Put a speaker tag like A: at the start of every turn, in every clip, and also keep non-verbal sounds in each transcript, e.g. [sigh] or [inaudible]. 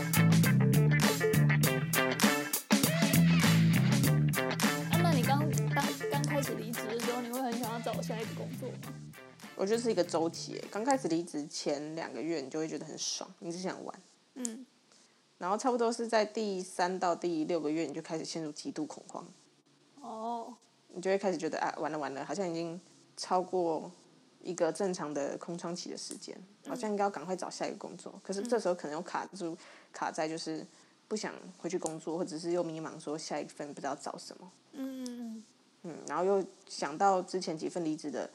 A: 啊工作吗？
B: 我觉得是一个周期耶。刚开始离职前两个月，你就会觉得很爽，你只想玩。
A: 嗯，
B: 然后差不多是在第三到第六个月，你就开始陷入极度恐慌，
A: 哦，
B: 你就会开始觉得啊，完了完了，好像已经超过一个正常的空窗期的时间，好像应该要赶快找下一个工作。可是这时候可能又卡住，卡在就是不想回去工作，或者是又迷茫，说下一份不知道找什么。
A: 嗯嗯
B: 嗯，然后又想到之前几份离职的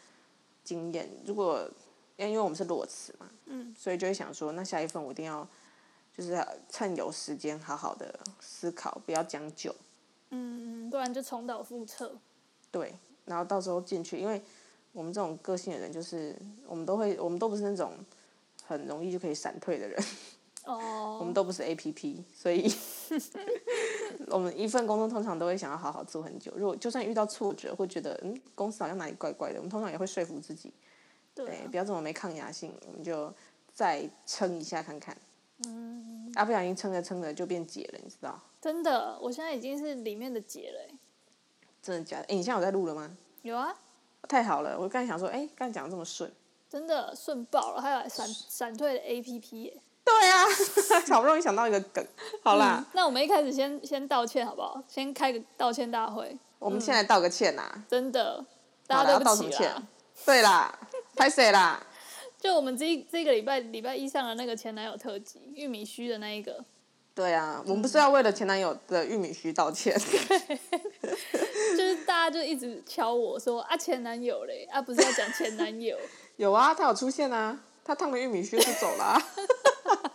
B: 经验，如果因为我们是裸辞嘛，
A: 嗯，
B: 所以就会想说，那下一份我一定要就是趁有时间好好的思考，不要将就。
A: 嗯嗯，不然就重蹈覆辙。
B: 对，然后到时候进去，因为我们这种个性的人，就是我们都会，我们都不是那种很容易就可以闪退的人，
A: 哦，
B: 我们都不是 A P P，所以我们一份工作通常都会想要好好做很久。如果就算遇到挫折，会觉得嗯公司好像哪里怪怪的，我们通常也会说服自己，
A: 对
B: 对，
A: 啊，
B: 不要这么没抗压性，我们就再撑一下看看。
A: 嗯，
B: 啊，不小心撑着撑着就变解了，你知道？
A: 真的，我现在已经是里面的姐了欸。
B: 真的假的？哎、你现在有在录了吗？
A: 有啊，
B: 太好了，我刚才想说，哎、刚才讲的这么顺。
A: 真的顺爆了，还有闪闪退的 A P P 欸耶。
B: 对啊， [laughs] 好不容易想到一个梗。好啦，
A: 嗯那我们一开始先先道歉好不好？先开个道歉大会，
B: 我们现在道个歉啦，
A: 真的，
B: 好
A: 大
B: 啦
A: 家
B: 要
A: 对
B: 道
A: 不
B: 什么
A: 起
B: 歉
A: 啦。？
B: 对啦，拍谁啦？
A: 就我们这一这个礼拜礼拜一上的那个前男友特辑，玉米须的那一个，
B: 对啊，我们不是要为了前男友的玉米须道歉， [laughs]
A: [laughs] 就是大家就一直敲我说啊前男友嘞，啊不是要讲前男 [laughs] 友，
B: 有啊，他有出现啊，他烫了玉米须就走了、啊。 [laughs]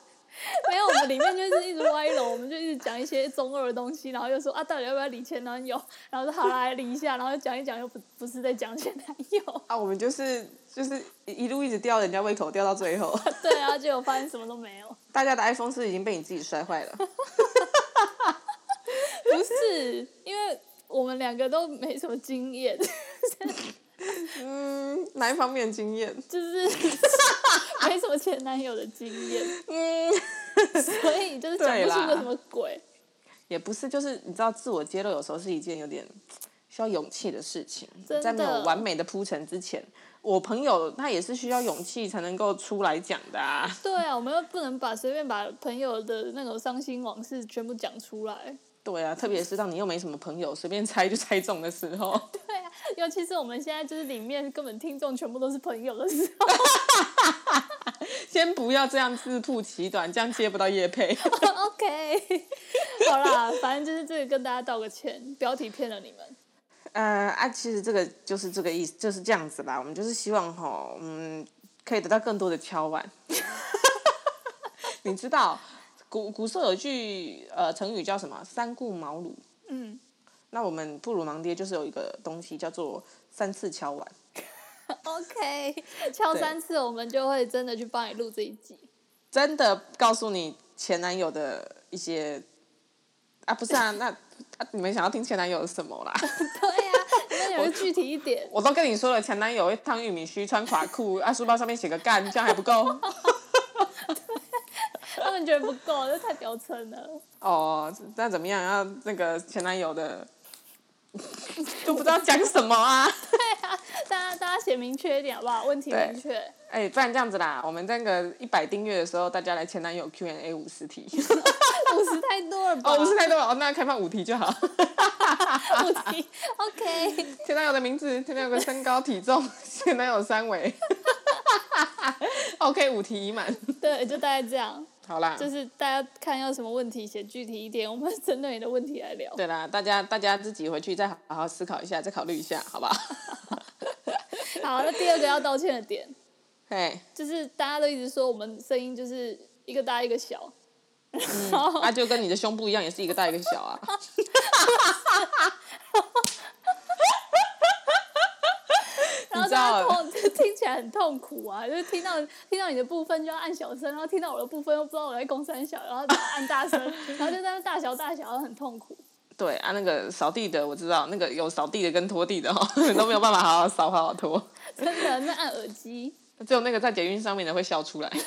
A: 没有我们里面就是一直歪楼，我们就一直讲一些中二的东西，然后又说啊到底要不要理前男友，然后说好啦来理一下，然后讲一讲又不不是在讲前男友，
B: 啊，我们就是就是一一路一直吊人家胃口，吊到最后，
A: [laughs]
B: [laughs]
A: 对啊，结果发现什么都没有，
B: 大家的 iPhone 是已经被你自己摔坏了。
A: 不是因为我们两个都没什么经验。 [laughs]
B: 嗯，哪一方面经验？ [laughs]
A: 就是 [laughs] 没什么前男友的经验，
B: 嗯，
A: 所以就是讲
B: 对
A: 不出
B: 啦
A: 个什么鬼。
B: 也不是，就是你知道，自我揭露有时候是一件有点需要勇气的事情，
A: 真的
B: 在没有完美的铺陈之前，我朋友他也是需要勇气才能够出来讲的啊。
A: 对啊，我们又不能把随便把朋友的那种伤心往事全部讲出来。
B: 对啊，特别是当你又没什么朋友，随便猜就猜中的时候， [laughs]
A: 对啊，尤其是我们现在就是里面根本听众全部都是朋友的时候，
B: 先不要这样自曝其短，这样接不到叶配。
A: OK，好 [laughs] 啦，反正就是这个跟大家道个歉，标题骗了你们。
B: 呃啊，其实这个就是这个意思，就是这样子啦。我们就是希望吼，嗯，可以得到更多的敲碗。 [laughs] 你知道，古古时候有一句呃成语叫什么？三顾茅庐。
A: 嗯，
B: 那我们布鲁芒爹就是有一个东西叫做三次敲碗， [laughs]
A: OK，敲
B: 对
A: 三次我们就会真的去帮你录这一集。 [laughs]
B: 真的告诉你前男友的一些啊，不是啊，那啊你们想要听前男友的什么啦？ [laughs]
A: 对啊，那有个具体一点。
B: 我都跟你说了，前男友会烫玉米须、穿垮裤，啊，书包上面写个干，这样还不够
A: 他们觉得不够，这太表层了。
B: 哦？那怎么样？要那个前男友的就不知道讲什么啊？
A: 大家大家写明确一点好不好？问题
B: 对
A: 明确。
B: 哎、不然这样子啦，我们那个一百订阅的时候，大家来前男友 Q&A 五十题
A: 五十太多了吧？
B: 哦，五十啊太多了，哦，那开放五题就好。
A: 五十一 OK， [laughs]
B: 前男友的名字，前男友的身高体重，前男友三围。OK，五题已满，
A: 对，就大概这样。
B: 好啦。
A: 就是大家看要什么问题写具体一点，我们针对你的问题来聊。
B: 对啦，大家大家自己回去再好好思考一下，再考虑一下，好不好？ [laughs]
A: 好，那第二个要道歉的点
B: 嘿，
A: 就是大家都一直说我们声音就是一个大一个小，
B: 那、啊就跟你的胸部一样，也是一个大一个小啊。
A: 然后大家痛 [laughs] 听起来很痛苦啊，就是听到听到你的部分就要按小声，然后听到我的部分又不知道我在攻三小，然后就要按大声，然后就在那大小大小很痛苦。
B: 对啊，那个扫地的我知道，那个有扫地的跟拖地的哦， [laughs] 都没有办法好好扫，好好拖。
A: 真的，那按耳机。
B: 只有那个在捷运上面的会笑出来。 [laughs]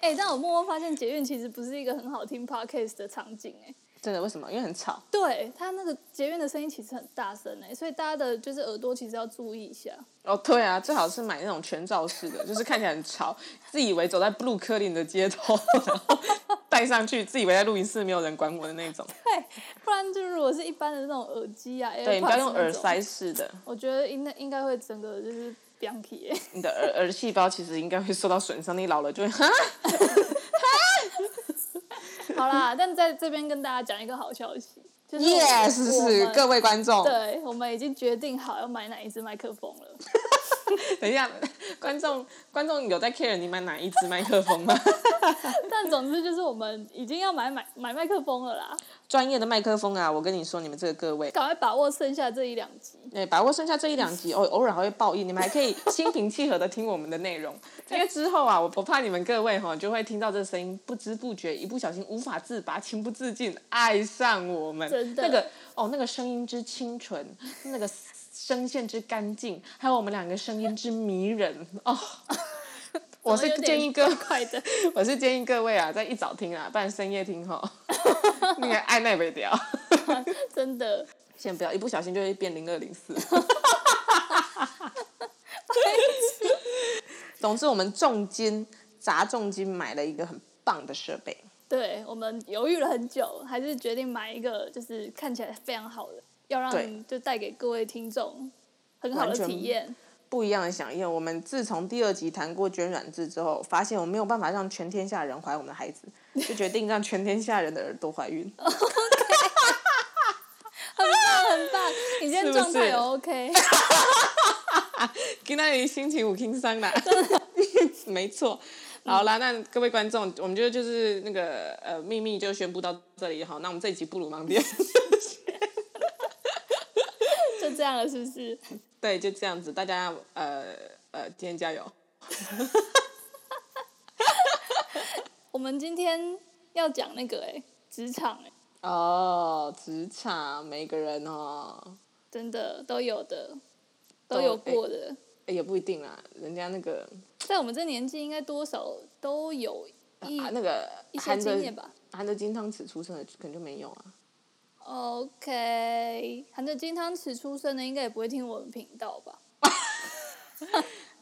A: 哎、但我默默发现捷运其实不是一个很好听 podcast 的场景、哎，
B: 真的为什么？因为很吵。
A: 对它那个捷运的声音其实很大声哎、所以大家的就是耳朵其实要注意一下。
B: 哦，对啊，最好是买那种全罩式的，就是看起来很潮，自以为走在布鲁克林的街头，然后戴上去，自以为在录音室没有人管我的那种。
A: 对， [laughs] 不然就是如果是一般的那种耳机啊，
B: 对，你不要
A: AirPods
B: 用耳
A: 那种
B: 塞式的，
A: 我觉得应该应该会整个就是 b i a n k
B: 你的耳耳细胞其实应该会受到损伤。你老了就会 [laughs] 哈，
A: [laughs] 好啦，但在这边跟大家讲一个好消息，就是我
B: yes，是
A: 我
B: 是
A: 们
B: 各位观众，
A: 对，我们已经决定好要买哪一支麦克风了。 [laughs]
B: 等一下， [laughs] 观众观众有在 care 你买哪一支麦克风吗？
A: 但总之就是我们已经要买买买麦克风了啦，
B: 专业的麦克风啊，我跟你说，你们这个各位，
A: 赶快把握剩下这一两集。
B: 对，把握剩下这一两
A: [laughs]
B: 集，偶偶尔还会爆音，你们还可以心平气和的听我们的内容。
A: [laughs]
B: 因为之后啊，我我怕你们各位哈就会听到这声音，不知不觉一不小心无法自拔，情不自禁爱上我们。
A: 真的
B: 那个哦，那个声音之清纯， [laughs] 那个声线之干净，还有我们两个声音之迷人哦。我
A: [laughs]
B: 是
A: 怎么有点
B: 建议各
A: 快的，
B: 我是建议各位啊，在一早听啊，不然深夜听
A: [laughs]
B: [laughs] 哈，那个爱耐不掉。
A: 真的。
B: 先不要，一不小心就会变零二零四。 [laughs] 总之，我们重金砸重金买了一个很棒的设备，
A: 对我们犹豫了很久，还是决定买一个就是看起来非常好的，要
B: 对
A: 让就带给各位听众很好的
B: 完全
A: 体验。 [laughs]
B: 不一样的响应。我们自从第二集谈过捐卵制之后，发现我们没有办法让全天下人怀我们的孩子，就决定让全天下人的耳朵怀孕。
A: 很棒，你今天
B: 是不
A: 状态
B: 是
A: 有 OK，
B: [laughs] 今天星期五听三啦， [laughs] 嗯没错。 [laughs] 好啦，那各位观众，我们就就是那个呃秘密就宣布到这里好，那我们这一集不鲁盲点。
A: 就这样了，是不是？
B: 对，就这样子，大家呃呃，今天加油！
A: 我们今天要讲那个哎、职场哎、
B: 哦，职场每个人哦，
A: 真的都有的，
B: 都哎
A: 都有过的。
B: 诶也不一定啦，人家那个、
A: 在我们这年纪，应该多少都有一、
B: 啊、那个
A: 一些
B: 含着
A: 经验吧。
B: 含着金汤匙出生的，可能就没有啊。
A: OK，含着金汤匙出生的，应该也不会听我们频道吧？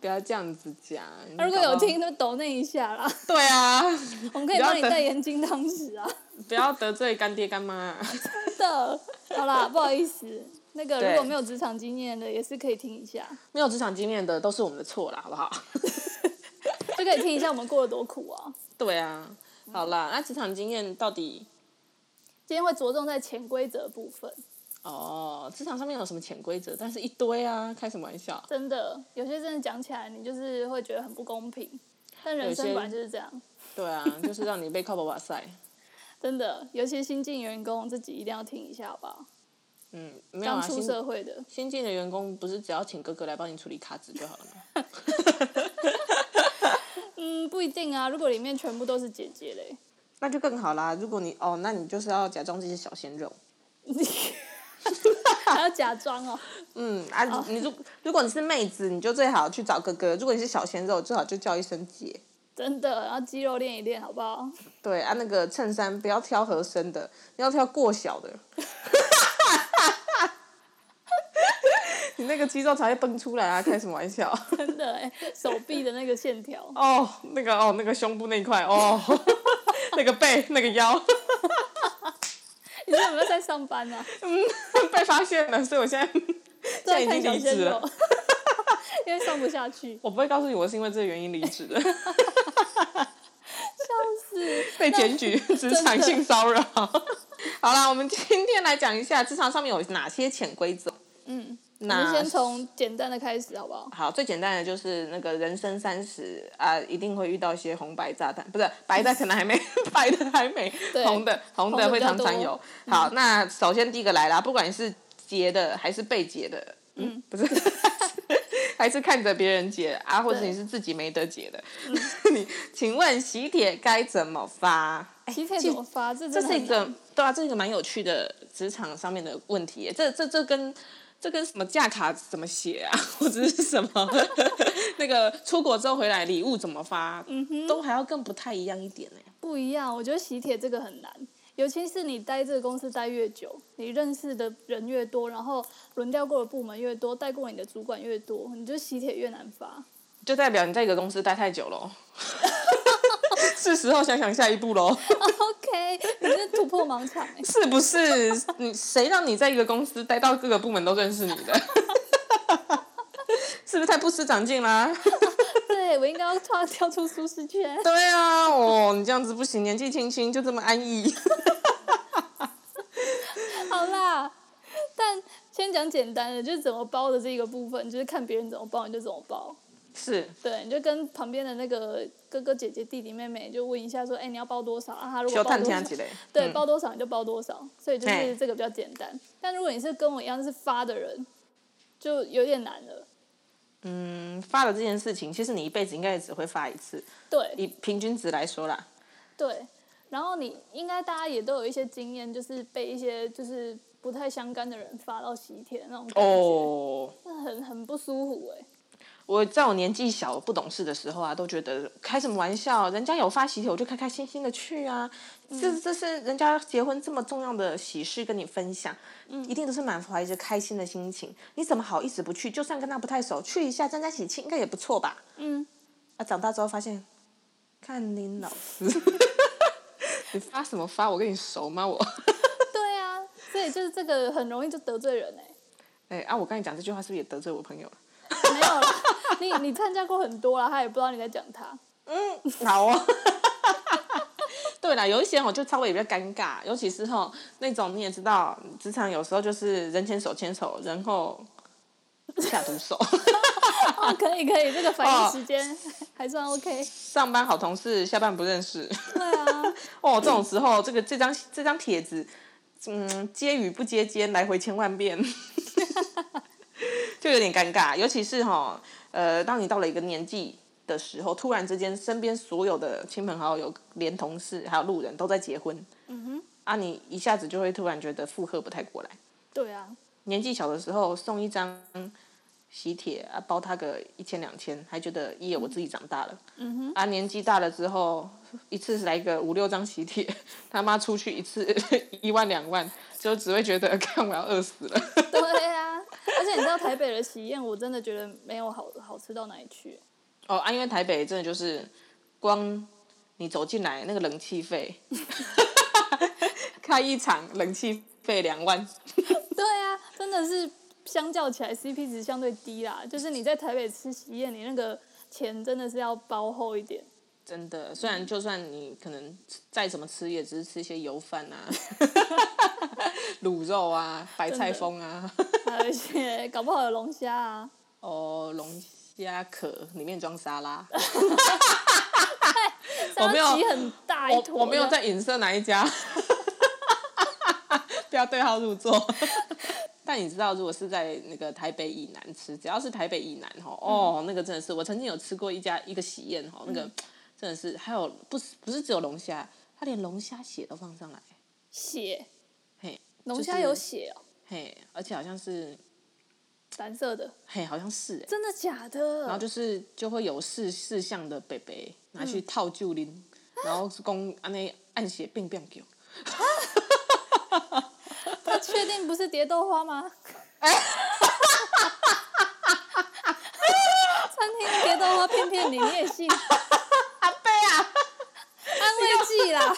B: 不要这样子讲。
A: 啊如果有听，，就抖那一下啦，
B: [laughs] 对啊， [laughs]
A: 我们可以
B: 不要
A: 帮你
B: 等
A: 代言金汤匙啊。 [laughs]
B: 不要得罪干爹干 [laughs] 妈。啊
A: 真的，好啦，不好意思，那个
B: 对
A: 如果没有职场经验的，也是可以听一下，
B: 没有职场经验的都是我们的错啦，好不好？
A: 就可以听一下我们过得多苦啊。
B: [laughs] 对啊， [laughs] 好啦，那职场经验到底
A: 今天会着重在潜规则部分，
B: 哦，职场上面有什么潜规则？但是一堆啊，开什么玩笑？
A: 真的，有些真的讲起来，你就是会觉得很不公平。但人生
B: 有些
A: 本来就是这样，
B: 对啊， [laughs] 就是让你被靠爸爸晒。
A: 真的，尤其新进员工自己一定要听一下，好不好？
B: 嗯，没有
A: 刚
B: 啊，
A: 出
B: 新
A: 社会的，
B: 新进的员工不是只要请哥哥来帮你处理卡纸就好了吗？
A: 嗯，不一定啊。如果里面全部都是姐姐嘞，
B: 那就更好啦。如果你哦，那你就是要假装这些小鲜肉。
A: [laughs] 还要假装哦。
B: 嗯啊，你如如果你是妹子，你就最好去找哥哥；如果你是小鲜肉，最好就叫一声姐。
A: 真的，然后肌肉练一练，好不好？
B: 对啊，那个衬衫不要挑合身的，你要挑过小的。 [laughs] 你那个肌肉才会蹦出来啊！开什么玩笑？
A: 真的哎、手臂的那个线条，
B: 哦，那个哦，那个胸部那一块哦， [laughs] 那个背那个腰 [laughs]
A: 你是有没有在上班呢、啊？
B: 被发现了，所以我现在
A: 都在看小
B: 现在已经离
A: 鲜
B: 职
A: 肉
B: 了，
A: 因为上不下
B: [laughs]
A: 去，
B: 我不会告诉你我是因为这个原因离职的，
A: 是
B: 被检
A: [laughs]
B: 举职场性骚扰。好啦，我们今天来讲一下职场上面有哪些潜规则。
A: 嗯，我
B: 那
A: 们先从简单的开始，好不好？
B: 好，最简单的就是那个人生三十啊，一定会遇到一些红白炸弹，不是白的可能还没， [laughs] 白的还没，
A: 对
B: 红的红
A: 红的
B: 的会
A: 比较
B: 常常
A: 多嗯
B: 有。好，那首先第一个来啦，不管你是劫的还是被劫的，嗯，不是。 [laughs] 还是看着别人劫啊，或者
A: 对嗯
B: 你是自己没得劫的， [laughs] 你请问喜帖该怎么发？
A: 喜帖
B: 哎其
A: 怎么发？这
B: 这
A: 这
B: 是一个对啊，这是一个蛮有趣的职场上面的问题耶。这这这跟这跟什么价卡怎么写啊， [laughs] 或者是什么 [laughs] 那个出国之后回来礼物怎么发，都还要更不太一样一点呢。
A: 不一样。我觉得喜帖这个很难，尤其是你待这个公司待越久，你认识的人越多，然后轮调过的部门越多，带过你的主管越多，你就喜帖越难发。
B: 就代表你在一个公司待太久了 [laughs] 哦，是时候想想下一步喽，
A: OK，你是突破盲场、
B: [laughs]
A: 欸，
B: 是不是？你谁让你在一个公司待到各个部门都认识你的？ [laughs] 是不是太不思长进 [laughs] 啦？
A: 对我应该要跳跳出舒适圈。
B: 对啊，哦，你这样子不行，年纪轻轻就这么安逸。
A: [laughs] 好啦，但先讲简单的，就是怎么包的这一个部分，就是看别人怎么包你就怎么包。
B: 是，
A: 对，你就跟旁边的那个哥哥姐姐、弟弟妹妹就问一下说，哎、你要包多少啊？他
B: [laughs]
A: 如
B: 小
A: 果包
B: 探
A: 多少
B: 听，起来，
A: [laughs] 对，
B: 嗯
A: 包多少你就包多少，所以就
B: 嘿
A: 是这个比较简单。但如果你是跟我一样是发的人，就有点难了。
B: 嗯发了这件事情，其实你一辈子应该也只会发一次，
A: 对
B: 以平均值来说啦。
A: 对，然后你应该大家也都有一些经验，就是被一些就是不太相干的人发到喜帖那种感觉，
B: 哦，
A: 那很很不舒服哎、
B: 我在我年纪小不懂事的时候啊，都觉得开什么玩笑，人家有发喜帖，我就开开心心的去啊。
A: 嗯
B: 这这是人家结婚这么重要的喜事跟你分享，
A: 嗯
B: 一定都是满怀着开心的心情。你怎么好意思不去？就算跟他不太熟，去一下沾沾喜气应该也不错吧？
A: 嗯，
B: 啊，长大之后发现，看林
A: [laughs]
B: 老师， [laughs] 你发什么发？我跟你熟吗？我。
A: 对啊，所以就是这个很容易就得罪人哎、
B: 哎、啊！我刚才讲这句话是不是也得罪我朋友了？
A: 没有啦，你你参加过很多啦，他也不知道你在讲
B: [laughs]
A: 他。
B: 好啊。 [laughs] 对啦，有一些我就稍微比较尴尬，尤其是吼那种你也知道，职场有时候就是人前手牵手，然后下毒手。 [laughs]
A: 哦，可以可以，这个反
B: 哦
A: 应时间 [laughs] 还算 OK。
B: 上班好同事，下班不认识。
A: 对啊，
B: 哦，这种时候，这个这张这张帖子，嗯，接与不接间，来回千万遍， [laughs] 就有点尴尬。尤其是哈、呃，当你到了一个年纪的时候，突然之间，身边所有的亲朋好友、连同事还有路人都在结婚，嗯哼，啊，你一下子就会突然觉得负荷不太过来。
A: 对啊，
B: 年纪小的时候送一张喜帖啊，包他个一千两千，还觉得耶我自己长大了。嗯哼。啊，年纪大了之后，一次来个五六张喜帖， [laughs] 他妈出去一次一万两万，就只会觉得 [laughs] 看我要饿死了。
A: 对啊。而且你知道台北的喜宴，我真的觉得没有好好吃到哪里去。
B: 哦啊，因为台北真的就是光你走进来那个冷气费， [laughs] 开一场冷气费两万。
A: 对啊，真的是相较起来 CP 值相对低啦。就是你在台北吃喜宴，你那个钱真的是要包厚一点。
B: 真的，虽然就算你可能再怎么吃，也只是吃一些油饭
A: [laughs]
B: 啊、卤肉啊、白菜风啊、
A: 还有一些搞不好有龙虾
B: [laughs]
A: 啊，
B: 哦龙虾壳里面装沙拉。我
A: 沙
B: 没有
A: 棘很大一坨
B: 我我没有
A: 的
B: 在影射哪一家，不要对号入座。 [laughs] 但你知道，如果是在那个台北以南吃，只要是台北以南吼，哦，
A: 嗯
B: 那个真的是我曾经有吃过一家一个喜宴吼，那个真的是还有不是不是只有龙虾，它连龙虾血都放上来，
A: 血，
B: 嘿。
A: 龙
B: 就
A: 虾
B: 是
A: 有血哦，
B: 嘿，而且好像是，
A: 蓝色的，
B: 嘿，好像是哎，
A: 真的假的？
B: 然后就是就会有四四项的北北拿去套旧林，然后是公安那按血变变狗，
A: 他确定不是蝶豆花吗？
B: 哎
A: [laughs] 餐厅的蝶豆花骗骗你，你也
B: [laughs]
A: 信？安
B: 阿贝啊，
A: 慰剂啦，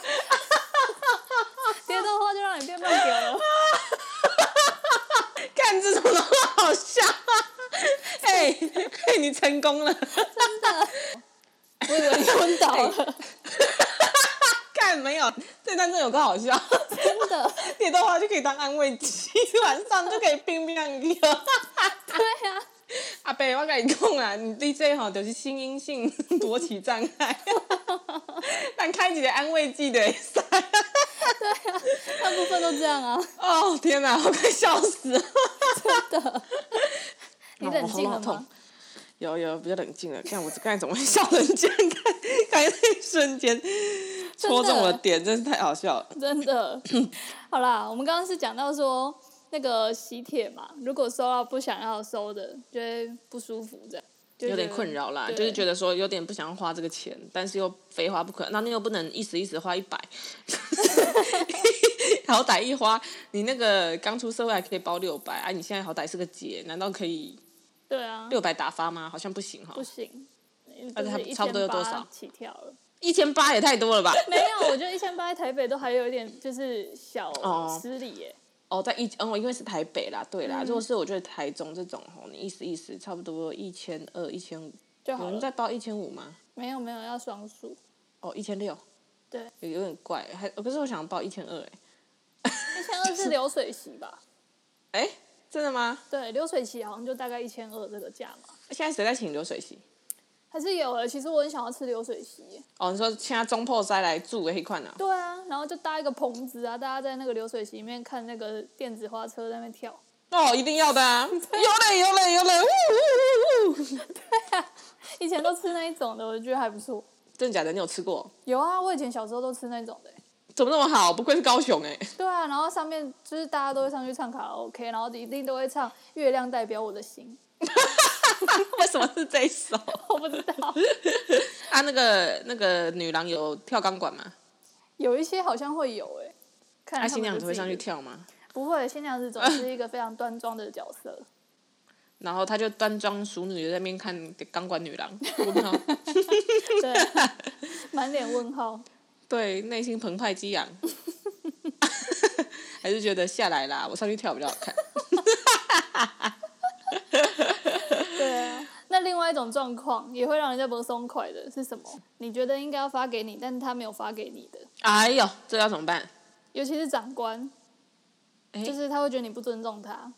A: 蝶豆花就让你变慢点了。
B: [laughs] 干这种的话好笑、啊，哎、嘿，你成功了， [laughs]
A: 我以为你昏倒了，
B: 干没有，这段真的有个好 [laughs] 笑，
A: 真的。
B: 你的话就可以当安慰剂，晚上就可以变变狗。
A: 对啊，
B: 阿伯，我跟你讲啦，你 DJ 吼就是心因性勃起障 [laughs] 碍，但开一个安慰剂的会使。
A: 大部分都这样啊，
B: 哦天哪，我快笑死了！
A: 真的。你冷静了
B: 哦我喉咙痛
A: 吗？
B: 有有比较冷静了，看我刚才怎么会笑成这样？看刚才那一瞬 [laughs] 间戳中我的点，真是太好笑了。
A: 真的。 [clears throat] 好啦，我们刚刚是讲到说那个喜帖嘛，如果收到不想要收的，觉得不舒服这样。就
B: 有点
A: 觉得
B: 困扰啦，
A: 对
B: 就是觉得说有点不想花这个钱，但是又非花不可，那你又不能一时一时花一 [laughs] 百，好歹一花，你那个刚出社会还可以包六百，啊，你现在好歹是个姐，难道可以
A: 对啊，
B: 六百打发吗？好像不行哈
A: 不，行，
B: 而且还
A: 就是
B: 差不多有多
A: 1800
B: 少
A: 起跳了？
B: 一千八也太多了吧？
A: 没有，我觉得一千八在台北都还有一点就是小
B: 哦
A: 失礼耶。
B: 哦，在一嗯，我因为是台北啦，对啦，
A: 嗯
B: 如果是我觉得台中这种吼，你意思意思，差不多一千二、一千五，
A: 就
B: 有
A: 好
B: 人在
A: 了，
B: 包一千五吗？
A: 没有没有要双数，
B: 哦，一千六，
A: 对，
B: 有有点怪，还哦可是我想报一千二，哎，
A: 一千二是流水席吧？
B: 哎，真的吗？
A: 对，流水席好像就大概一千二这个价嘛，
B: 现在谁在请流水席？
A: 还是有的。其实我很想要吃流水席耶，
B: 哦，你说现在中破塞来住的那款啊？
A: 对啊，然后就搭一个棚子啊，大家在那个流水席里面看那个电子花车在那边跳，
B: 哦，一定要
A: [laughs]
B: 的啊！有嘞，有嘞，有嘞！呜呜呜呜！
A: 以前都吃那一种的，我觉得还不错。
B: 真的假的？你有吃过？
A: 有啊，我以前小时候都吃那种的耶。
B: 怎么那么好？不愧是高雄
A: [laughs]
B: 哎、
A: 对啊，然后上面就是大家都会上去唱卡拉 OK，然后一定都会唱《月亮代表我的心 [laughs]
B: 为什么是这一首？》，
A: 我不知道，
B: 啊，那个那个女郎有跳钢管吗？
A: 有一些好像会有哎、欸。看
B: 啊，
A: 他
B: 新
A: 们
B: 娘
A: 就
B: 子
A: 自
B: 会
A: 己
B: 上去
A: 的，
B: 跳吗？
A: 不会，新娘子总是一个非常端庄的角色。
B: 然后她就端庄淑女地在那边看钢管女郎，问号 [laughs]
A: 对，满脸问号。
B: 对，内心澎湃激昂，还是觉得下来啦，我上去跳比较好看。
A: 对啊， [laughs] 那另外一种状况也会让人家不松快的是什么？你觉得应该要发给你，但他没有发给你的，
B: [laughs] 哎呦，这要怎么办？
A: 尤其是长官，
B: 哎
A: 就是他会觉得你不尊重他，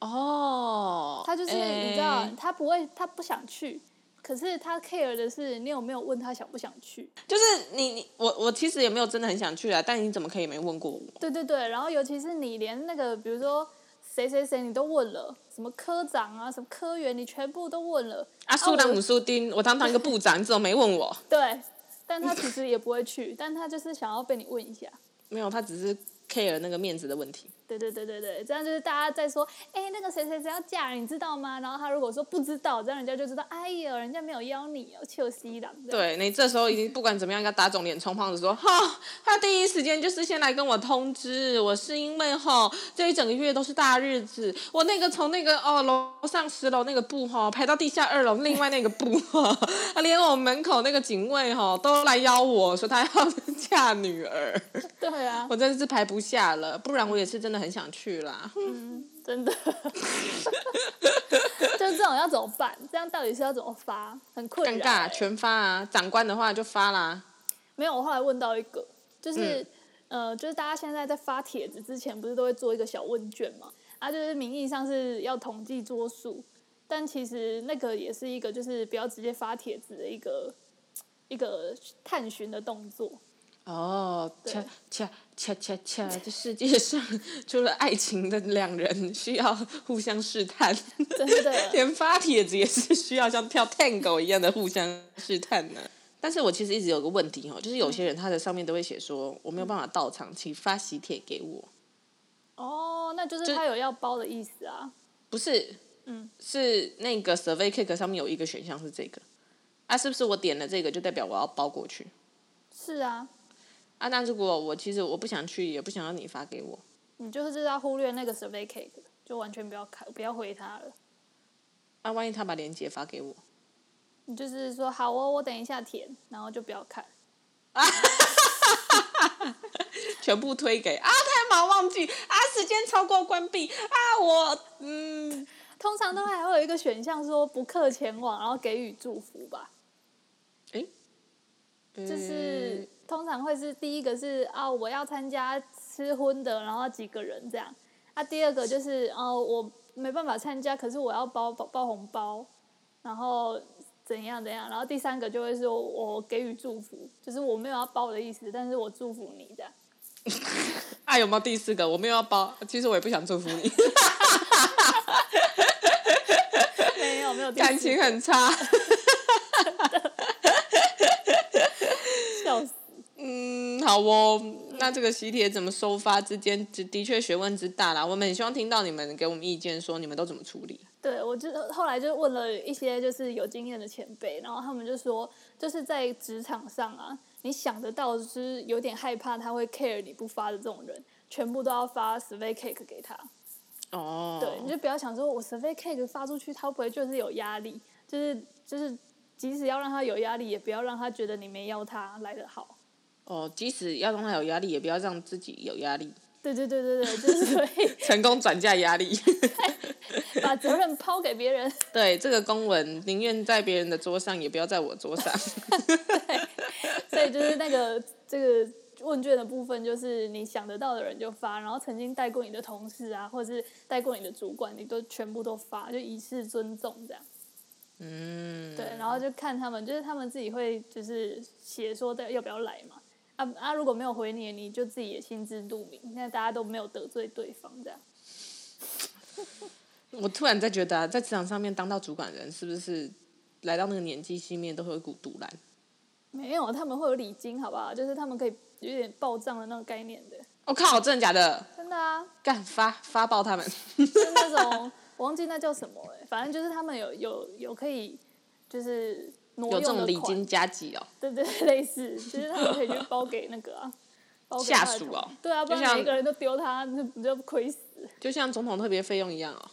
B: 哦，
A: 他就是你知
B: 哎
A: 道，他不会，他不想去。可是他 care 的是你有没有问他想不想去？
B: 就是你你我我其实也没有真的很想去啊，但你怎么可以没问过我？
A: 对对对，然后尤其是你连那个比如说谁谁谁你都问了，什么科长啊，什么科员，你全部都问了，
B: 啊，苏
A: 我
B: 当姆苏丁，我堂堂一个部长，你怎么没问我？
A: 对，但他其实也不会去，但他就是想要被你问一下。
B: 没有，他只是 care 那个面子的问题。
A: 对对对对对，这样就是大家在说，哎、那个谁谁谁要嫁了，你知道吗？然后他如果说不知道，这样人家就知道，哎呦，人家没有邀你哦，秀西郎。这样，
B: 对你这时候已经不管怎么样，要打肿脸充胖子说，哈，他第一时间就是先来跟我通知，我是因为哈这一整个月都是大日子，我那个从那个哦楼上十楼那个部哈排到地下二楼另外那个部哈，啊连我门口那个警卫哈都来邀我说他要嫁女儿。
A: 对啊，
B: [laughs] 我真的是排不下了，不然我也是真的很想去啦。
A: 真 [laughs] 的，就这种要怎么办？这样到底是要怎么发？很困
B: 尴
A: 扰、
B: 尬，
A: 欸。
B: 全发啊！长官的话就发啦。
A: 没有，我后来问到一个，就是、呃，就是大家现在在发帖子之前，不是都会做一个小问卷嘛？啊，就是名义上是要统计桌数，但其实那个也是一个，就是不要直接发帖子的一个一个探寻的动作。
B: 哦，
A: 对
B: 恰恰恰恰恰，这世界上 [laughs] 除了爱情的两人需要互相试 [laughs] 探，
A: 真的，
B: 连发帖子也是需要像跳 tango 一样的互相试探呢、但是我其实一直有个问题哦，就是有些人他的上面都会写说我没有办法到场，请发喜帖给我。
A: 哦，那就是
B: 就
A: 他有要包的意思啊。
B: 不是，
A: 嗯，
B: 是那个 survey kick 上面有一个选项是这个，啊，是不是我点了这个就代表我要包过去？
A: 是啊，
B: 啊，那如果我其实我不想去，也不想要你发给我，
A: 你就是知道忽略那个 survey cake，就完全不要看，不要回他了。
B: 啊，万一他把链接发给我，
A: 你就是说好哦，我等一下填，然后就不要看。
B: 全部推给啊，太忙忘记啊，时间超过关闭啊，我嗯，
A: 通常都还会有一个选项说不客前往，然后给予祝福吧。
B: 哎
A: 就是通常会是第一个是啊，我要参加吃荤的，然后几个人这样。啊，第二个就是哦，我没办法参加，可是我要包包包红包，然后怎样怎样。然后第三个就会说我给予祝福，就是我没有要包的意思，但是我祝福你这样。
B: 嗯啊，有没有第四个？我没有要包，其实我也不想祝福你，
A: 没有没有第四个
B: 感情很差。
A: 笑死。
B: 嗯，好哦，那这个喜帖怎么收发之间，的的确学问之大啦。我们很希望听到你们给我们意见，说你们都怎么处理。
A: 对对，我就后来就问了一些就是有经验的前辈，然后他们就说，就是在职场上啊，你想得到就是有点害怕他会 care 你不发的这种人，全部都要发 survey cake 给他。
B: 哦，
A: 对，你就不要想说我 survey cake 发出去，他会不会就是有压力？就是就是，即使要让他有压力，也不要让他觉得你没要他来的好。
B: 哦，即使要让他有压力，也不要让自己有压力，
A: 对对对对对，就是 [laughs] 所以
B: 成功转嫁压力。
A: 把责任抛给别人。
B: 对，这个公文宁愿在别人的桌上，也不要在我桌上。
A: 所以就是那个 [laughs] 这个问卷的部分，就是你想得到的人就发，然后曾经带过你的同事啊，或者是带过你的主管，你都全部都发，就以示尊重这样。
B: 嗯，
A: 对，然后就看他们，就是他们自己会就是写说的要不要来嘛。啊啊！如果没有回你，你就自己也心知肚明。现在大家都没有得罪对方，这样
B: 我突然在觉得、啊，在职场上面当到主管人，是不是来到那个年纪，心里面都会有一股堵然？
A: 没有他们会有礼金，好不好？就是他们可以有点报账的那种概念的，
B: 我、靠，真的假的？
A: 真的啊。
B: 干发发爆他们！
A: 是那种我忘记那叫什么了、反正就是他们有有有可以就是挪
B: 有
A: 用
B: 这种
A: 的
B: 礼
A: 款，
B: 金加急哦，
A: 对对对类似，就是他们可以去包给那个
B: [laughs]
A: 啊，包给
B: 下
A: 他的
B: 属
A: 同
B: 哦
A: 对啊，不
B: 就
A: 然每
B: 像
A: 一个人都丢他，那不就亏死？
B: 就像总统特别费用一样哦。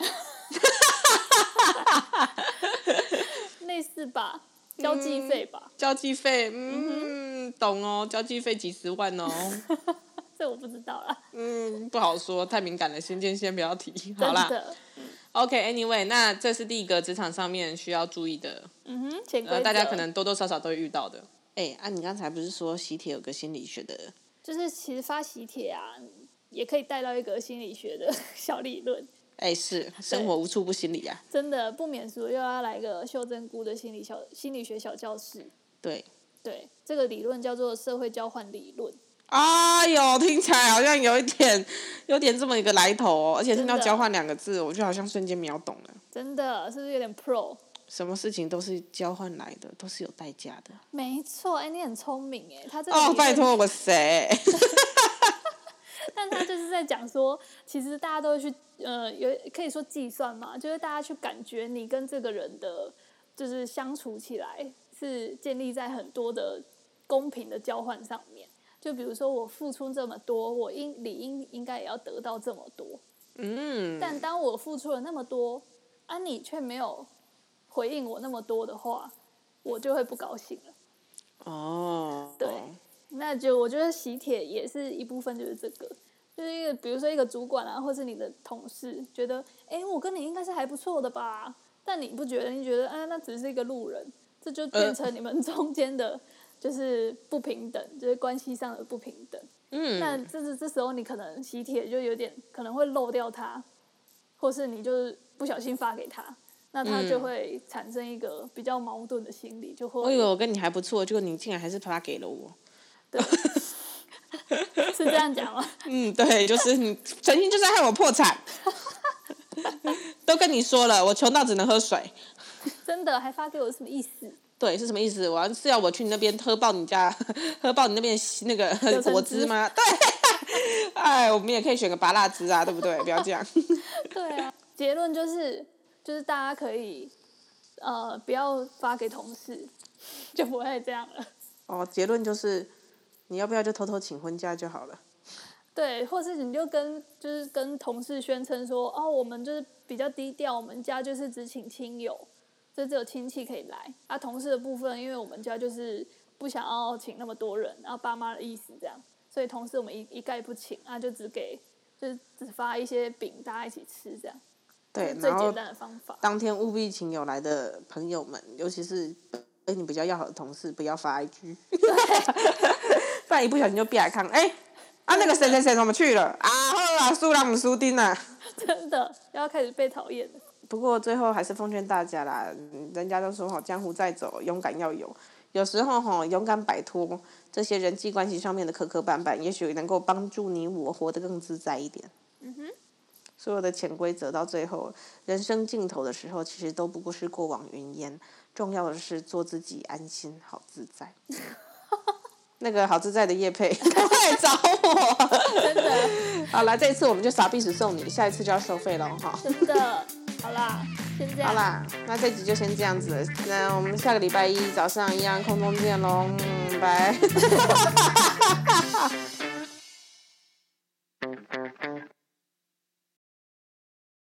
A: 类似吧，
B: 嗯
A: 交际费吧，
B: 交际费，嗯，懂哦，交际费几十
A: [laughs]
B: 万哦，
A: 这我不知道啦，
B: 嗯，不好说，太敏感了，先见先不要提。好
A: 真
B: 啦
A: 的，
B: ，OK，Anyway，、那这是第一个职场上面需要注意的，
A: 嗯哼，潜规
B: 呃，
A: 则，
B: 大家可能多多少少都会遇到的。哎、啊，你刚才不是说喜帖有个心理学的？
A: 就是其实发喜帖啊，也可以带到一个心理学的 [laughs] 小理论，
B: 哎、是生活无处不心理啊。
A: 真的不免俗，又要来个袖珍菇的心理小心理学小教室。
B: 对，
A: 对，这个理论叫做社会交换理论。
B: 哎呦，听起来好像有一点，有点这么一个来头哦，而且听到
A: 真的
B: 交换两个字，我就好像瞬间秒懂了。
A: 真的是不是有点 pro？
B: 什么事情都是交换来的，都是有代价的。
A: 没错，哎、你很聪明哎，他这个
B: 哦，
A: 理论
B: 拜，托，我谁？
A: [laughs] 但他就是在讲说，其实大家都会去呃，有可以说计算嘛，就是大家去感觉你跟这个人的，就是相处起来是建立在很多的公平的交换上面。就比如说我付出这么多，我应理应应该也要得到这么多，
B: 嗯，
A: 但当我付出了那么多，啊，你却没有回应我那么多的话，我就会不高兴了。
B: [laughs] 哦，
A: 对那就我觉得喜帖也是一部分，就是这个，就是一个比如说一个主管啊，或是你的同事，觉得哎、诶我跟你应该是还不错的吧，但你不觉得？你觉得啊，那只是一个路人，这
B: 呃
A: 就变成你们中间的，就是不平等，就是关系上的不平等。
B: 嗯，
A: 那这是这时候你可能喜帖就有点可能会漏掉他，或是你就是不小心发给他，那他就
B: 嗯哎
A: 会产生一个比较矛盾的心理，就
B: 我
A: 会
B: 以为我跟你还不错，结果你竟然还是发给了 [laughs] 我。
A: 是这样讲吗？
B: 嗯，对，就是你诚心就是要害我破 [laughs] 产。都跟你说了，我穷到只能喝水。
A: 真的还发给我什么意思？
B: 对，是什么意思？我要是要我去你那边喝爆你家，喝爆你那边的 [laughs] 那个
A: 柳橙
B: 果
A: 汁
B: 汁吗？对， [laughs] 哎，我们也可以选个芭辣汁啊，对不对？不要这样。
A: 对啊，结论就是就是大家可以呃不要发给同事， [laughs] 就不会这样了。
B: [laughs] 哦，结论就是，你要不要就偷偷请婚假就好了。
A: 对，或是你就跟就是跟同事宣称说，哦，我们就是比较低调，我们家就是只请亲友，就只有亲戚可以来。啊，同事的部分，因为我们家就是不想要请那么多人，然后爸妈的意思这样，所以同事我们一一概不请，啊，就只给就是只发一些饼，大家一起吃这样，
B: 对，
A: 最
B: 然后
A: 简单的方法。
B: 当天务必请有来的朋友们，尤其是对你比较要好的同事，不要发 IG，不然一不小心就被来看。哎、啊那个谁谁谁怎么去了？啊，后啊，苏朗姆苏丁啊。
A: 真的要开始被讨厌了。
B: 不过最后还是奉劝大家啦，嗯人家都说吼，江湖再走，勇敢要有。有时候吼，勇敢摆脱这些人际关系上面的磕磕绊绊，也许能够帮助你我活得更自在一点。嗯哼。所有的潜规则到最后，人生尽头的时候，其实都不过是过往云烟。重要的是做自己，安心，好自 [laughs] 在。那个好自在的叶佩，赶快来找我！
A: 真的，
B: 好啦，这一次我们就傻逼死送你，下一次就要收费了哈。
A: 真的，好啦，先这样。
B: 好啦，那这集就先这样子了，那我们下个礼拜一早上一样空中见喽，嗯，拜。